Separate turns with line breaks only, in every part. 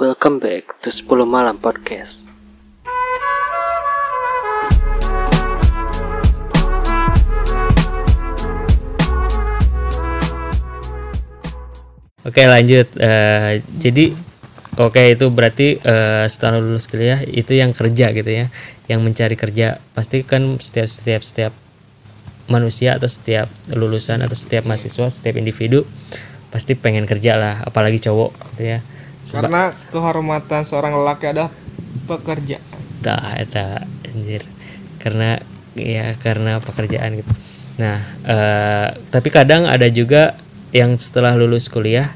Welcome back to 10 Malam Podcast.
Oke lanjut Eh, jadi oke itu berarti eh, setelah lulus kuliah itu yang kerja gitu ya yang mencari kerja pasti kan setiap setiap setiap manusia atau setiap lulusan atau setiap mahasiswa setiap individu pasti pengen kerja lah apalagi cowok gitu ya Seba-
Karena kehormatan seorang lelaki adalah pekerjaan.
Tah, eta anjir. Karena ya karena pekerjaan gitu. Nah, eh, tapi kadang ada juga yang setelah lulus kuliah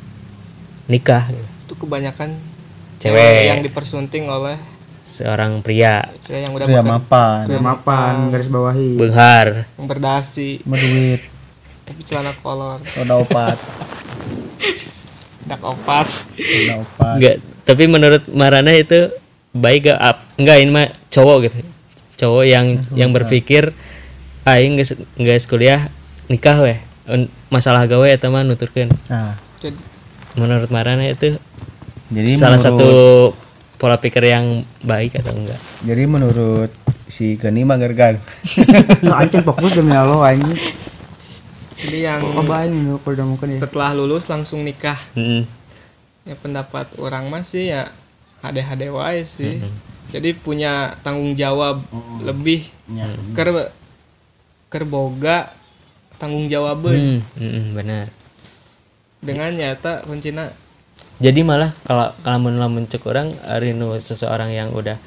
nikah gitu.
Itu kebanyakan
Cewek.
yang dipersunting oleh
seorang pria
pria yang udah
Iya,
Pria
makan-
mapan,
Kayak mapan garis bawahi
benghar
yang berdasi,
berduit,
tapi celana kolor,
roda opat,
dak opat.
roda opat.
enggak tapi menurut Marana itu baik gak up enggak ini mah cowok gitu cowok ya. yang yang berpikir aing geus geus kuliah nikah weh Un- masalah gawe eta mah nuturkeun
Nah,
Jadi
menurut Marana itu
jadi
salah
menurut,
satu pola pikir yang baik atau enggak
jadi menurut si Gani Magergan.
Lu Nah, anjing fokus demi Allah anjing Kan
jadi yang
apa anjing lu kalau udah mungkin ya
setelah lulus langsung nikah.
Mm.
Ya pendapat orang masih ya hade-hade wae sih. Jadi punya tanggung jawab lebih
Iya,
ker kerboga tanggung jawab
Mm, mm, mm, benar
dengan nyata kuncina
jadi malah kalau kalau lamun cek orang ari nu seseorang yang udah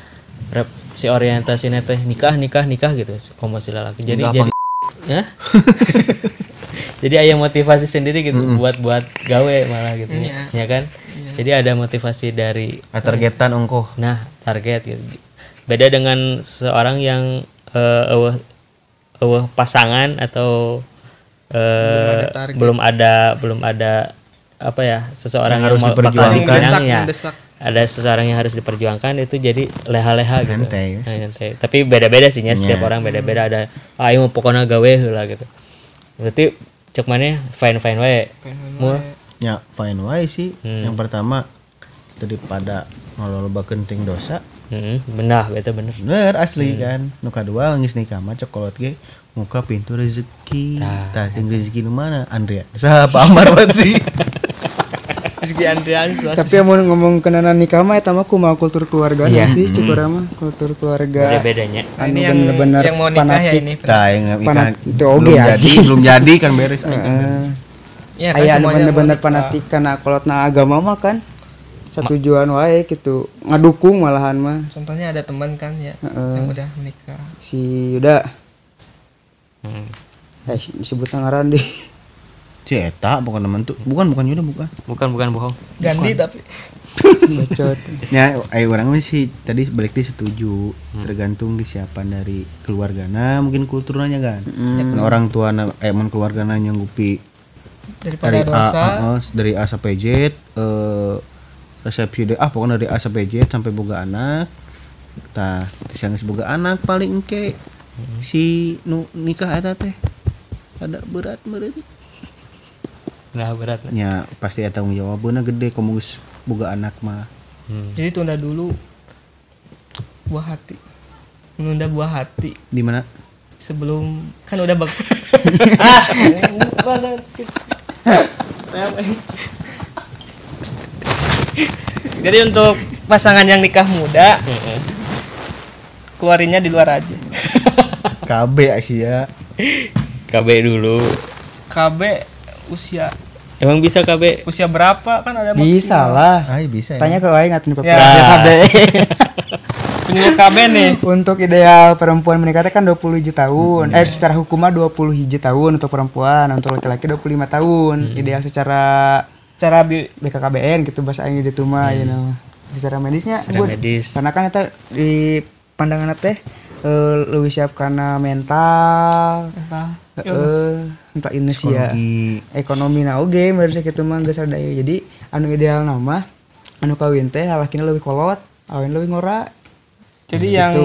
rep, si orientasinya teh nikah nikah nikah gitu komo si lalaki jadi jadi Hah? jadi ada motivasi sendiri gitu buat buat gawe malah gitu ya, ya kan jadi ada motivasi dari
targetan ongkoh
nah target gitu beda dengan seorang yang eh eueuh- eueuh pasangan atau eh, belum ada belum ada apa ya seseorang yang, mau bakal dikenang ya
mendesak.
ada seseorang yang harus diperjuangkan itu jadi leha-leha gitu
Santai.
Nah, santai. tapi beda-beda sih nya setiap orang beda-beda ada ah ieu mah pokoknya gawe heula gitu berarti cek mana fine fine wae mul
ya fine wae sih yang pertama daripada ngelolba kenting dosa
Heeh, Hmm, benar beta bener
bener asli kan nuka dua ngis nikah mah cokolot ge muka pintu rezeki tah ting rezeki nu mana Andrea siapa Amarwati
Rizky Andriansa
tapi yang mau ngomong kenana nikah mah eta mah kumaha kultur keluarga anu sih cik urang mah kultur keluarga
bedanya
anu bener-bener
yang mau nikah ya
fanatik
ini
tah yang
Panat-
ikan
itu oge
belum
ya.
jadi
anjing.
belum jadi kan beres
ya kan
aya anu
semuanya
bener-bener fanatik karena kolotna agama mah kan satujuan wae gitu ngadukung malahan mah
contohnya ada teman kan ya yang udah menikah
si Yuda eh disebut ngaran deh
cetak bukan teman tuh bukan bukan Yuda bukan
bukan bukan bohong
Gandhi tapi
bacot
ya ayo orang mah sih tadi balik di setuju tergantung kesiapan dari keluargana mungkin kulturnya kan Nah, orang tua na- eh mun keluargana nyanggupi
daripada
dari A,
dosa
heeh, dari A sampai Z eh, resepsi deh ah pokoknya dari A sampai Z sampai boga anak tah siang boga anak paling engke Hmm. si nu nikah eta teh ada berat berat
nah berat nah.
nya pasti eta tanggung jawabna gede komo geus boga anak mah
jadi tunda dulu buah hati menunda buah hati
di mana
sebelum kan udah bak ah bahasa skip jadi untuk pasangan yang nikah muda keluarinnya di luar aja
KB Asia
KB dulu
KB usia
emang bisa KB
usia berapa kan ada
bisa lah
ay bisa ya.
tanya ke aing atuh
Ya.
papa KB
penyuluh KB nih
untuk ideal perempuan menikah teh kan 20 hiji tahun
Hmm.
eh secara hukum mah 20 hiji tahun untuk perempuan untuk laki-laki 25 tahun
Hmm.
ideal secara
cara bi-
BKKBN gitu bahasa aing gitu mah you know. secara medisnya
Secara
bud.
medis.
karena kan eta di pandangan teh eh, leuwih siap karena mental eh entah ini sih ya ekonomi nah oke mereka gitu mah geus ada ieu. jadi anu ideal nama anu kawin teh lalakinya lebih kolot awin lebih ngora
jadi
Gitu.
yang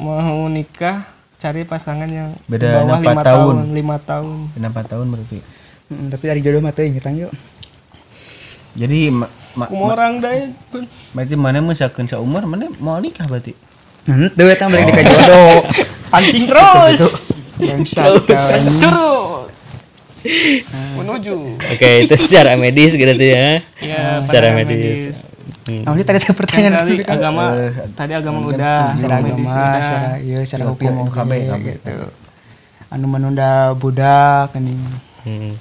mau nikah cari pasangan yang di
Beda
bawah
enam,
lima
empat
tahun.
tahun.
lima tahun
Kenapa tahun berarti?
Hmm, Mm, tapi dari jodoh mah teh ingetan yuk
Jadi ma- Ma-
Kumorang orang daya
berarti mana misalkan seumur mana mau nikah berarti
Nanti Hmm, eta balik di jodoh.
pancing Oh. terus
Bangsat kan.
suruh menuju
Nah, Oke, itu secara medis gitu tuh ya.
ya
secara
pandangan
medis.
Nah, ini tadi ada
Yang
pertanyaan
tadi agama tadi
Eh,
ah. agama udah
secara
medis
agama,
udah.
secara iya secara
Iya,
hukum
hukum KB,
oke
KB.
gitu. Anu menunda budak ini.
Hmm.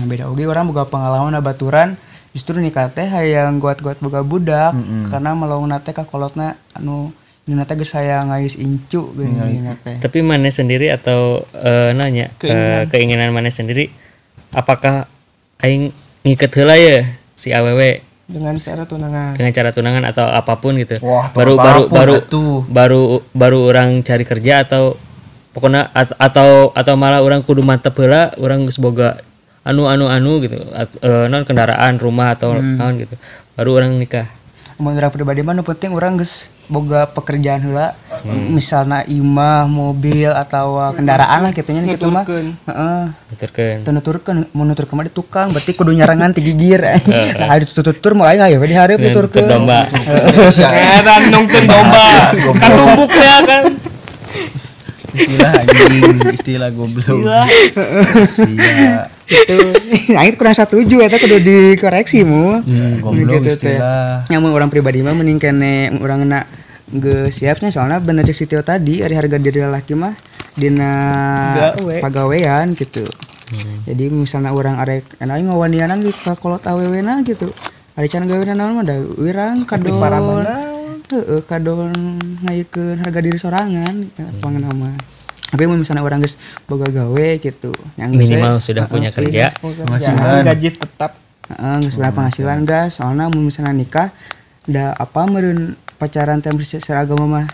Nah, beda oge orang boga pengalaman abaturan justru nikah teh hayang guat-guat boga budak karena melaung nate kakolotna anu nyeuna teh geus saya ngais incu geuning nyeuna teh.
Tapi mana sendiri atau eh, nanya eh, keinginan, mana sendiri apakah aing ngiket heula ya si awewe
dengan cara tunangan
dengan cara tunangan atau apapun gitu.
Wah,
baru baru
apapun
baru
atuh.
baru baru orang cari kerja atau pokoknya at- atau atau malah orang kudu mantep heula, orang geus boga anu anu anu gitu. At- eh, non kendaraan, rumah atau naon gitu. Baru orang nikah.
Mun urang pribadi mah nu penting orang geus boga pekerjaan heula. Misalna imah, mobil atau uh, kendaraan lah kitunya kitu mah. Heeh.
Nuturkeun.
tuturkan mau nuturkan mah di tukang berarti kudu nyarangan tinggi gigir nah hari tutur mau aing aya di hari
Nuturkeun
tuturkeun
domba.
heran nungtun Eh, domba katumbuk ya kan
Istilah anjing, istilah goblok. Istilah.
itu aing kurang satuju eta kudu dikoreksi mu
Goblok
Gitu teh.
istilah.
yang mun urang pribadi mah mending kene urang na geus siapnya soalnya bener cek si Tio tadi ari harga diri lelaki mah dina pagawean gitu
Hmm.
jadi misalnya orang arek enak aing ngawanianan di kolot awewe na gitu ari can gawe naon mah da wirang kadon Heeh, kadon ngayakeun harga diri sorangan
Hmm.
pangan mah tapi mun misalnya orang geus boga gawe gitu yang geus
Minimal
we-
sudah punya
Heeh,
kerja.
Jangan gaji tetap
Heeh, geus berapa penghasilan gas. Soalnya mun misalnya nikah da apa meureun pacaran teh berse- seragama mah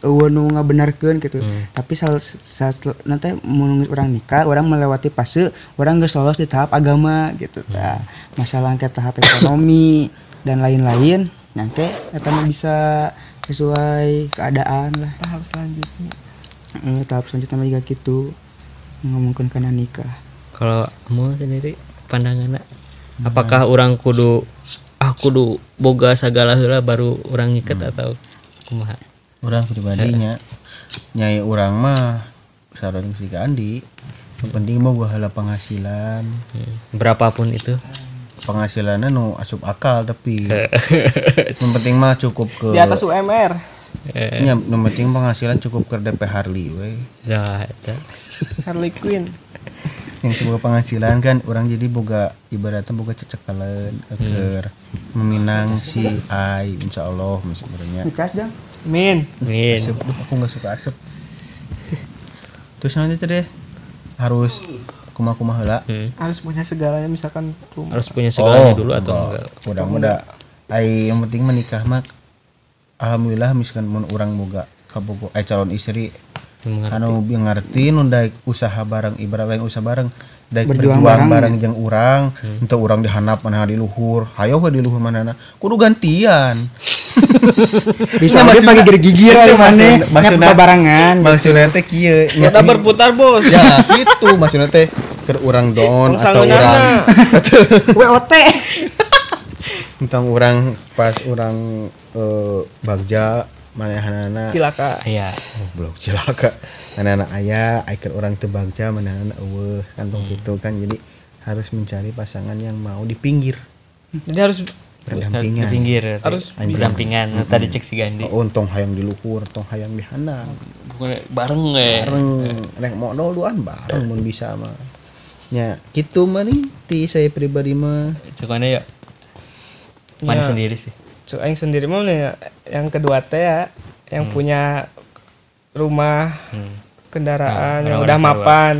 eueuh nu ngabenerkeun gitu. Tapi sal- sa- sa- nanti mun orang nikah, orang melewati fase orang geus lolos di tahap agama gitu tah. Masalah ke tahap ekonomi dan lain-lain nanti eta mah bisa sesuai keadaan lah.
tahap selanjutnya
Heeh, tahap selanjutnya mah juga gitu ngomongkeun kana nikah.
kalau kamu sendiri pandangan apakah orang kudu ah kudu boga segala heula baru orang ngiket atau kumaha
orang pribadinya nyai orang mah saran si Kak Andi yang penting mau gua hala penghasilan
Hmm, berapapun itu
penghasilannya nu asup akal tapi yang penting mah cukup ke
di atas UMR
nya, yang penting penghasilan cukup ke DP Harley we
nah itu
Harley Quinn
yang sebuah penghasilan kan orang jadi boga ibaratnya boga cecekalan eker meminang si Ai insya Allah sebenarnya
Dicas dong.
Min
min
Asep, aduh, aku nggak suka asap terus nanti tuh deh harus kumah kumah lah
Hmm.
harus punya segalanya misalkan rumah
harus punya segalanya dulu atau enggak
mudah mudah ai yang penting menikah mah alhamdulillah misalkan mun orang boga kabogo eh calon istri
Mengerti.
anu bi- ngerti nu daek usaha bareng ibarat lain usaha bareng daek
Berjuang
berjuang,
bareng,
bareng, jeung urang
Hmm.
henteu urang dihanap mana di luhur hayo we di luhur manana kudu gantian
bisa aja pakai gigir-gigir aja mana nyapa barangan
maksudnya teh kieu nya
kita berputar bos
ya gitu maksudnya teh ke orang don atau
sangeunana.
orang
WOT
tentang orang pas orang eh, bagja manehanana
cilaka
ya
goblok cilaka Oh, anak-anak ayah ikut orang teu bagja manehanana eueuh kantong gitu kan jadi harus mencari pasangan yang mau di pinggir
jadi harus
di
berdampingan
pinggir
Harus
berdampingan tadi cek si Gandhi
Oh, tong hayang di luhur, tong hayang di handang.
bukan bareng ya
Bareng rek mau duluan bareng mun bisa mah. Nya, gitu mah nih ti saya pribadi mah.
cukupannya yuk mana
Ya.
sendiri sih
Cu aing sendiri mah nih, yang kedua teh ya yang
Hmm.
punya rumah kendaraan
Nah,
yang
orang-orang
udah
sewa.
mapan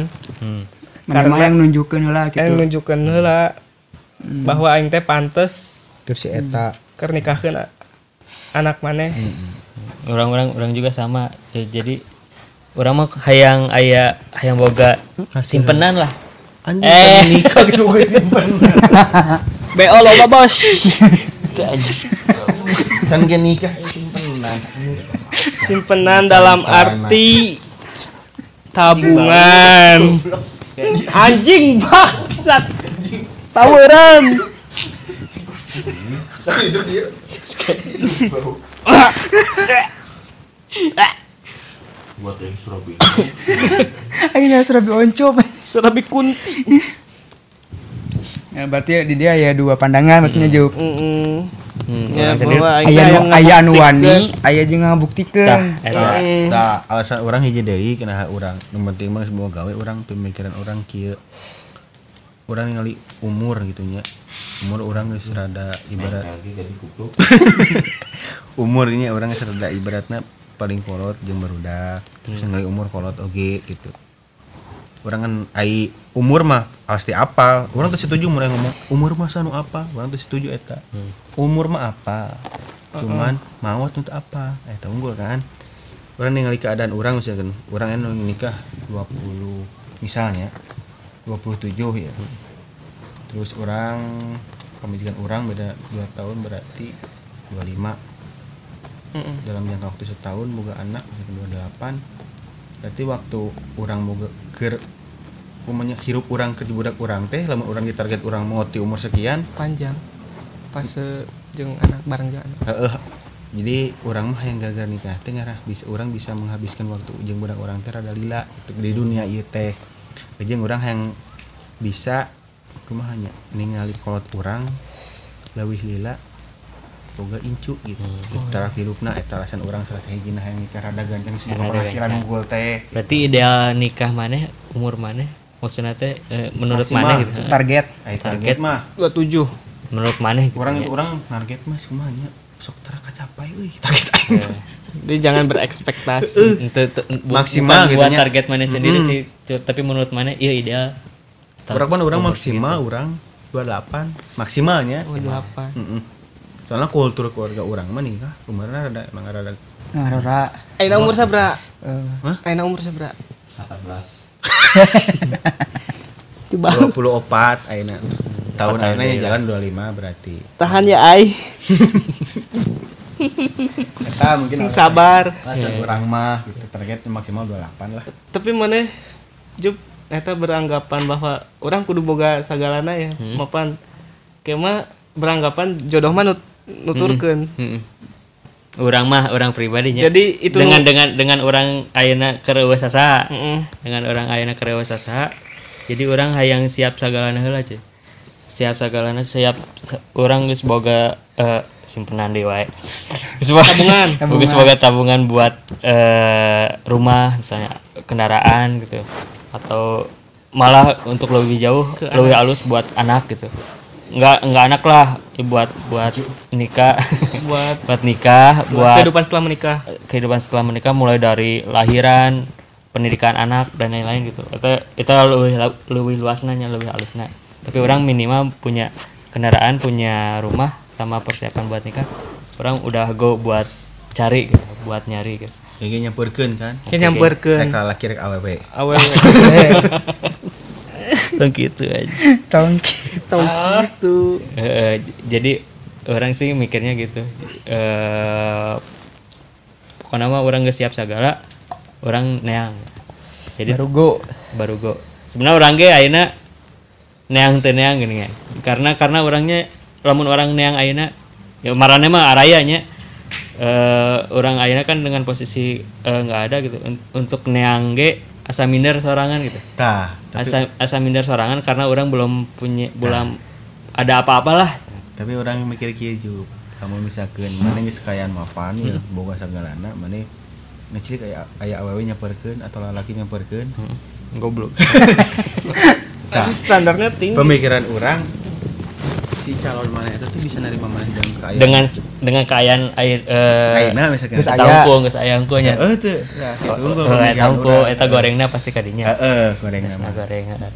hmm.
mana mah yang nunjukin lah
yang
gitu
nunjukkan heula bahwa aing teh pantes
Terus si eta
keur nikahkeun a- anak maneh
orang-orang orang juga sama Ya, jadi orang mah hayang aya hayang boga simpenan lah
anjing
Eh.
pengen nikah gitu gue simpen.
BO loba bos
kan gak nikah simpenan
simpenan dalam arti tabungan anjing bangsat tawuran
buat yang surabi
Akhirnya serabi oncom.
Serabi kunti.
Ya, berarti di dia ya dua pandangan maksudnya jawab.
Mm-mm.
Hmm,
Ya,
orang sendiri.
bahwa aing
Aya
Mm,
nu
yang
aya anu
ngabuktikan.
wani, aya jeung
Tah,
ngabuktikeun.
eta.
Nah, alasan orang hiji deui kena orang. Nu penting mah semua gawe orang pemikiran orang kieu. Orang ningali umur gitu nya. Umur orang geus rada ibarat
lagi jadi kupluk
umurnya orang geus rada ibaratna paling kolot jeung barudak. Terus ningali umur kolot oge gitu. Orang kan ai umur mah pasti apal. Orang tuh setuju mulai ngomong umur mah sanu apa? Orang tuh setuju eta. Umur mah apa? Cuman mau tuh apa? Eh, Eta unggul kan. Orang ningali keadaan orang misalkan, orang yang nikah 20 misalnya 27 ya. Terus orang pemikiran orang beda 2 tahun berarti 25. Dalam jangka waktu setahun boga anak misalkan 28. Berarti waktu orang boga ger umumnya hirup orang ke budak orang teh lamun orang ditarget orang mau ti umur sekian
panjang. Pas eh, jeung anak bareng jeung anak.
Heeh. Eh, Jadi orang mah yang gara-gara nikah teh ngarah bisa orang bisa menghabiskan waktu jeung budak orang teh rada lila gitu, di dunia ieu teh. Jeung orang yang bisa kumaha nya ningali kolot orang leuwih lila boga incu gitu. Hmm. Taraf hirupna eta alasan urang salah sahijina yang nikah rada gancang
Rada
sebelum penghasilan
gancang.
unggul teh.
berarti ideal nikah mana umur mana maksudnya teh eh, menurut mana
Maksimal.
gitu
Target
Ai
Target.
target mah
27.
menurut mana gitu
orang
ya.
itu orang target mah semuanya sok tara kacapai euy target aing.
Jadi jangan berekspektasi.
Ente- te- bu-
Maksimal
bukan
gitu
buat
nya.
target mana sendiri sih cu- tapi menurut mana iya ideal Tar-
Orang mah orang
umur
maksimal orang 28 maksimalnya.
Delapan.
Mm-mm. Soalnya kultur keluarga orang mah nikah kemarin ada emang ada
ngarora.
Aina umur sabra?
Hah?
Aina umur sabra?
18
Coba
24 ayeuna. Tahun ayeuna yang jalan 25 berarti.
tahan ya ai.
Eta mungkin
Sing
alasan-
sabar.
alasan orang mah gitu target maksimal 28 lah.
Tapi mana Jup eta beranggapan bahwa orang kudu boga sagalana ya. Mapan kema beranggapan jodoh mah nut- nuturkeun.
Mm-mm. orang mah orang pribadinya
Hmm. Jadi itu
dengan dengan dengan orang ayana kerewas asa
Heeh.
dengan orang ayana kerewas asa jadi orang hayang siap sagalana heula aja siap sagalana siap sa- orang geus boga eh, simpenan deui wae Geus boga- geus boga tabungan buat eh, rumah misalnya kendaraan gitu atau malah untuk lebih jauh lebih halus buat anak gitu nggak nggak anak lah ya buat buat nikah
buat
buat nikah buat
kehidupan setelah menikah.
kehidupan setelah menikah mulai dari lahiran pendidikan anak dan lain-lain gitu itu itu lebih lebih luasnya lebih halusnya tapi orang minimal punya kendaraan punya rumah sama persiapan buat nikah orang udah go buat cari gitu buat nyari gitu
Jadi nyampurkeun kan.
Kayak nyamperkeun
Rek laki rek awewe.
awewe.
Tuh gitu aja
Tongki.
Tong gitu.
Eh, eh, j- jadi orang sih mikirnya gitu eh pokoknya mah orang gak siap segala orang neang jadi
Rugo.
baru go sebenarnya orang ge ayeuna neang teu neang gini ya karena karena orangnya lamun orang neang ayeuna ya marane mah araya nya Eh, orang ayeuna kan dengan posisi eh, nggak ada gitu Un- untuk neang ge asa minder sorangan gitu
Tah,
asa asa minder sorangan karena orang belum punya belum ada apa-apalah
tapi orang yang mikir kieu juga. Kamu misalkan mana geus kayaan mapan ya boga sagalana mana ngecil kayak aya awewe nyampurkeun atau lalaki nyampurkeun.
goblok
Tapi standarnya tinggi.
Pemikiran orang si calon mana itu tuh bisa nerima mana dalam keayaan.
dengan dengan keayaan air eh
Ayeuna misalkan.
Geus
tahu ku geus aya engko nya
Heeh teh. Nah, kitu unggul
Eh,
pemikiran Eh,
tahu ku
urang.
eta gorengna pasti kadinya
Heeh, goreng
Nah,
nama.
goreng ada.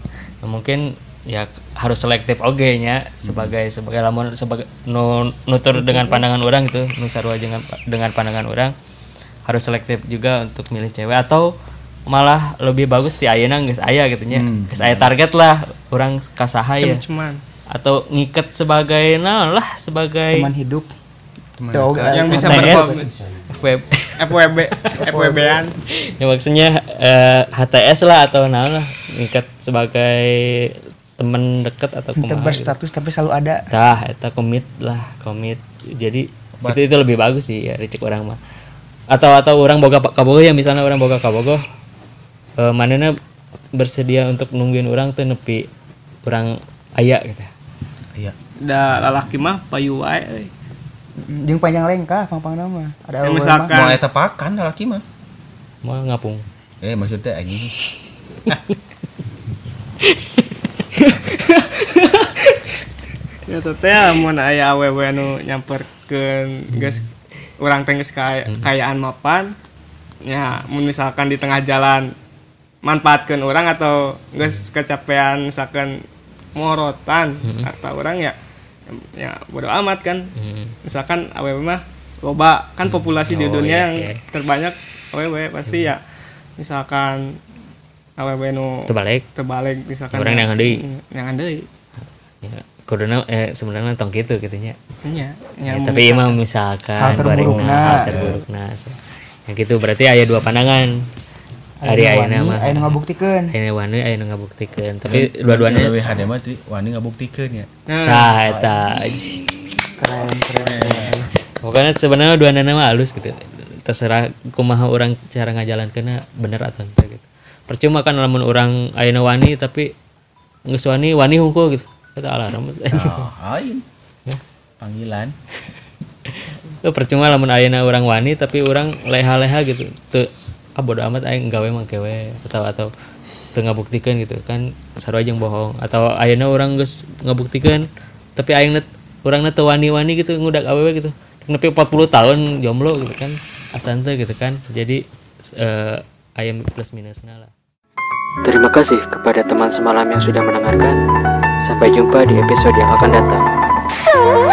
Nah, mungkin ya harus selektif oge nya sebagai sebagai lamun sebagai nu- nutur dengan pandangan orang gitu nu sarua dengan dengan pandangan orang harus selektif juga untuk milih cewek atau malah lebih bagus di ayeuna geus aya gitu nya geus aya target lah orang kasaha ya
Cuman
atau ngiket sebagai naon lah sebagai
Teman hidup. Dog.
yang bisa
HTS FWB
FWB FWB-an.
ya maksudnya eh, HTS lah atau naon lah ngiket sebagai temen deket atau
Henteu
kumaha gitu.
berstatus tapi selalu ada
Tah, eta komit lah, komit. Jadi itu itu lebih bagus sih ya rezeki orang mah. Atau atau orang boga kabogoh ya misalnya orang boga kabogoh. Eh manena bersedia untuk nungguin orang teu nepi orang aya gitu.
Iya.
Da lalaki mah payu wae euy.
jeung panjang lengkah pang-pang nama ada
Ya,
awal
misalkan
Mau eta pakan laki mah.
Mau ngapung.
Eh maksudnya anjing.
Ya teh mun aya awewe nu nyamperkeun geus urang teh geus kaya- kayaan mapan. Ya, mun misalkan di tengah jalan manfaatkan orang atau geus kecapean misalkan morotan harta orang ya ya bodo amat kan. Misalkan awewe mah loba kan populasi di
Oh,
dunia
iya,
yang
iya.
terbanyak awewe pasti ya misalkan awewe nu
Terbalik.
terbalik misalkan ya,
Kan ya.
Orang yang deui.
yang deui
Ya, kuduna eh sebenarnya tong gitu gitu nya.
Iya,
Ya, tapi emang misalkan
Hal terburukna. Ya.
barengna, hal terburukna. Yang gitu berarti aya dua pandangan. Hari ayeuna mah.
aya nu ngabuktikeun
Ayeuna wani ayeuna ngabuktikeun. Tapi dua-duanya
Lebih hade mah teh wani ngabuktikeun ya.
Nah, eta anjing. Pokoknya sebenarnya dua nana mah halus gitu. Terserah kumaha orang cara ngajalan kena bener atau enggak gitu. Percuma kan lamun orang ayeuna wani tapi geus wani wani hungkul gitu. Eta alarm.
Ah, aing. Panggilan.
Itu percuma lamun ayeuna orang wani tapi orang leha-leha gitu. Teu ah bodo amat aing gawe mah gawe atau atau teu ngabuktikeun gitu kan sarua jeung bohong atau ayeuna orang geus ngabuktikeun tapi aing net urangna teu wani-wani gitu ngudak awewe gitu. Nepi 40 tahun jomblo gitu kan. Asan teu gitu kan. Jadi eh aya plus minusna lah.
Terima kasih kepada teman semalam yang sudah mendengarkan. Sampai jumpa di episode yang akan datang.
So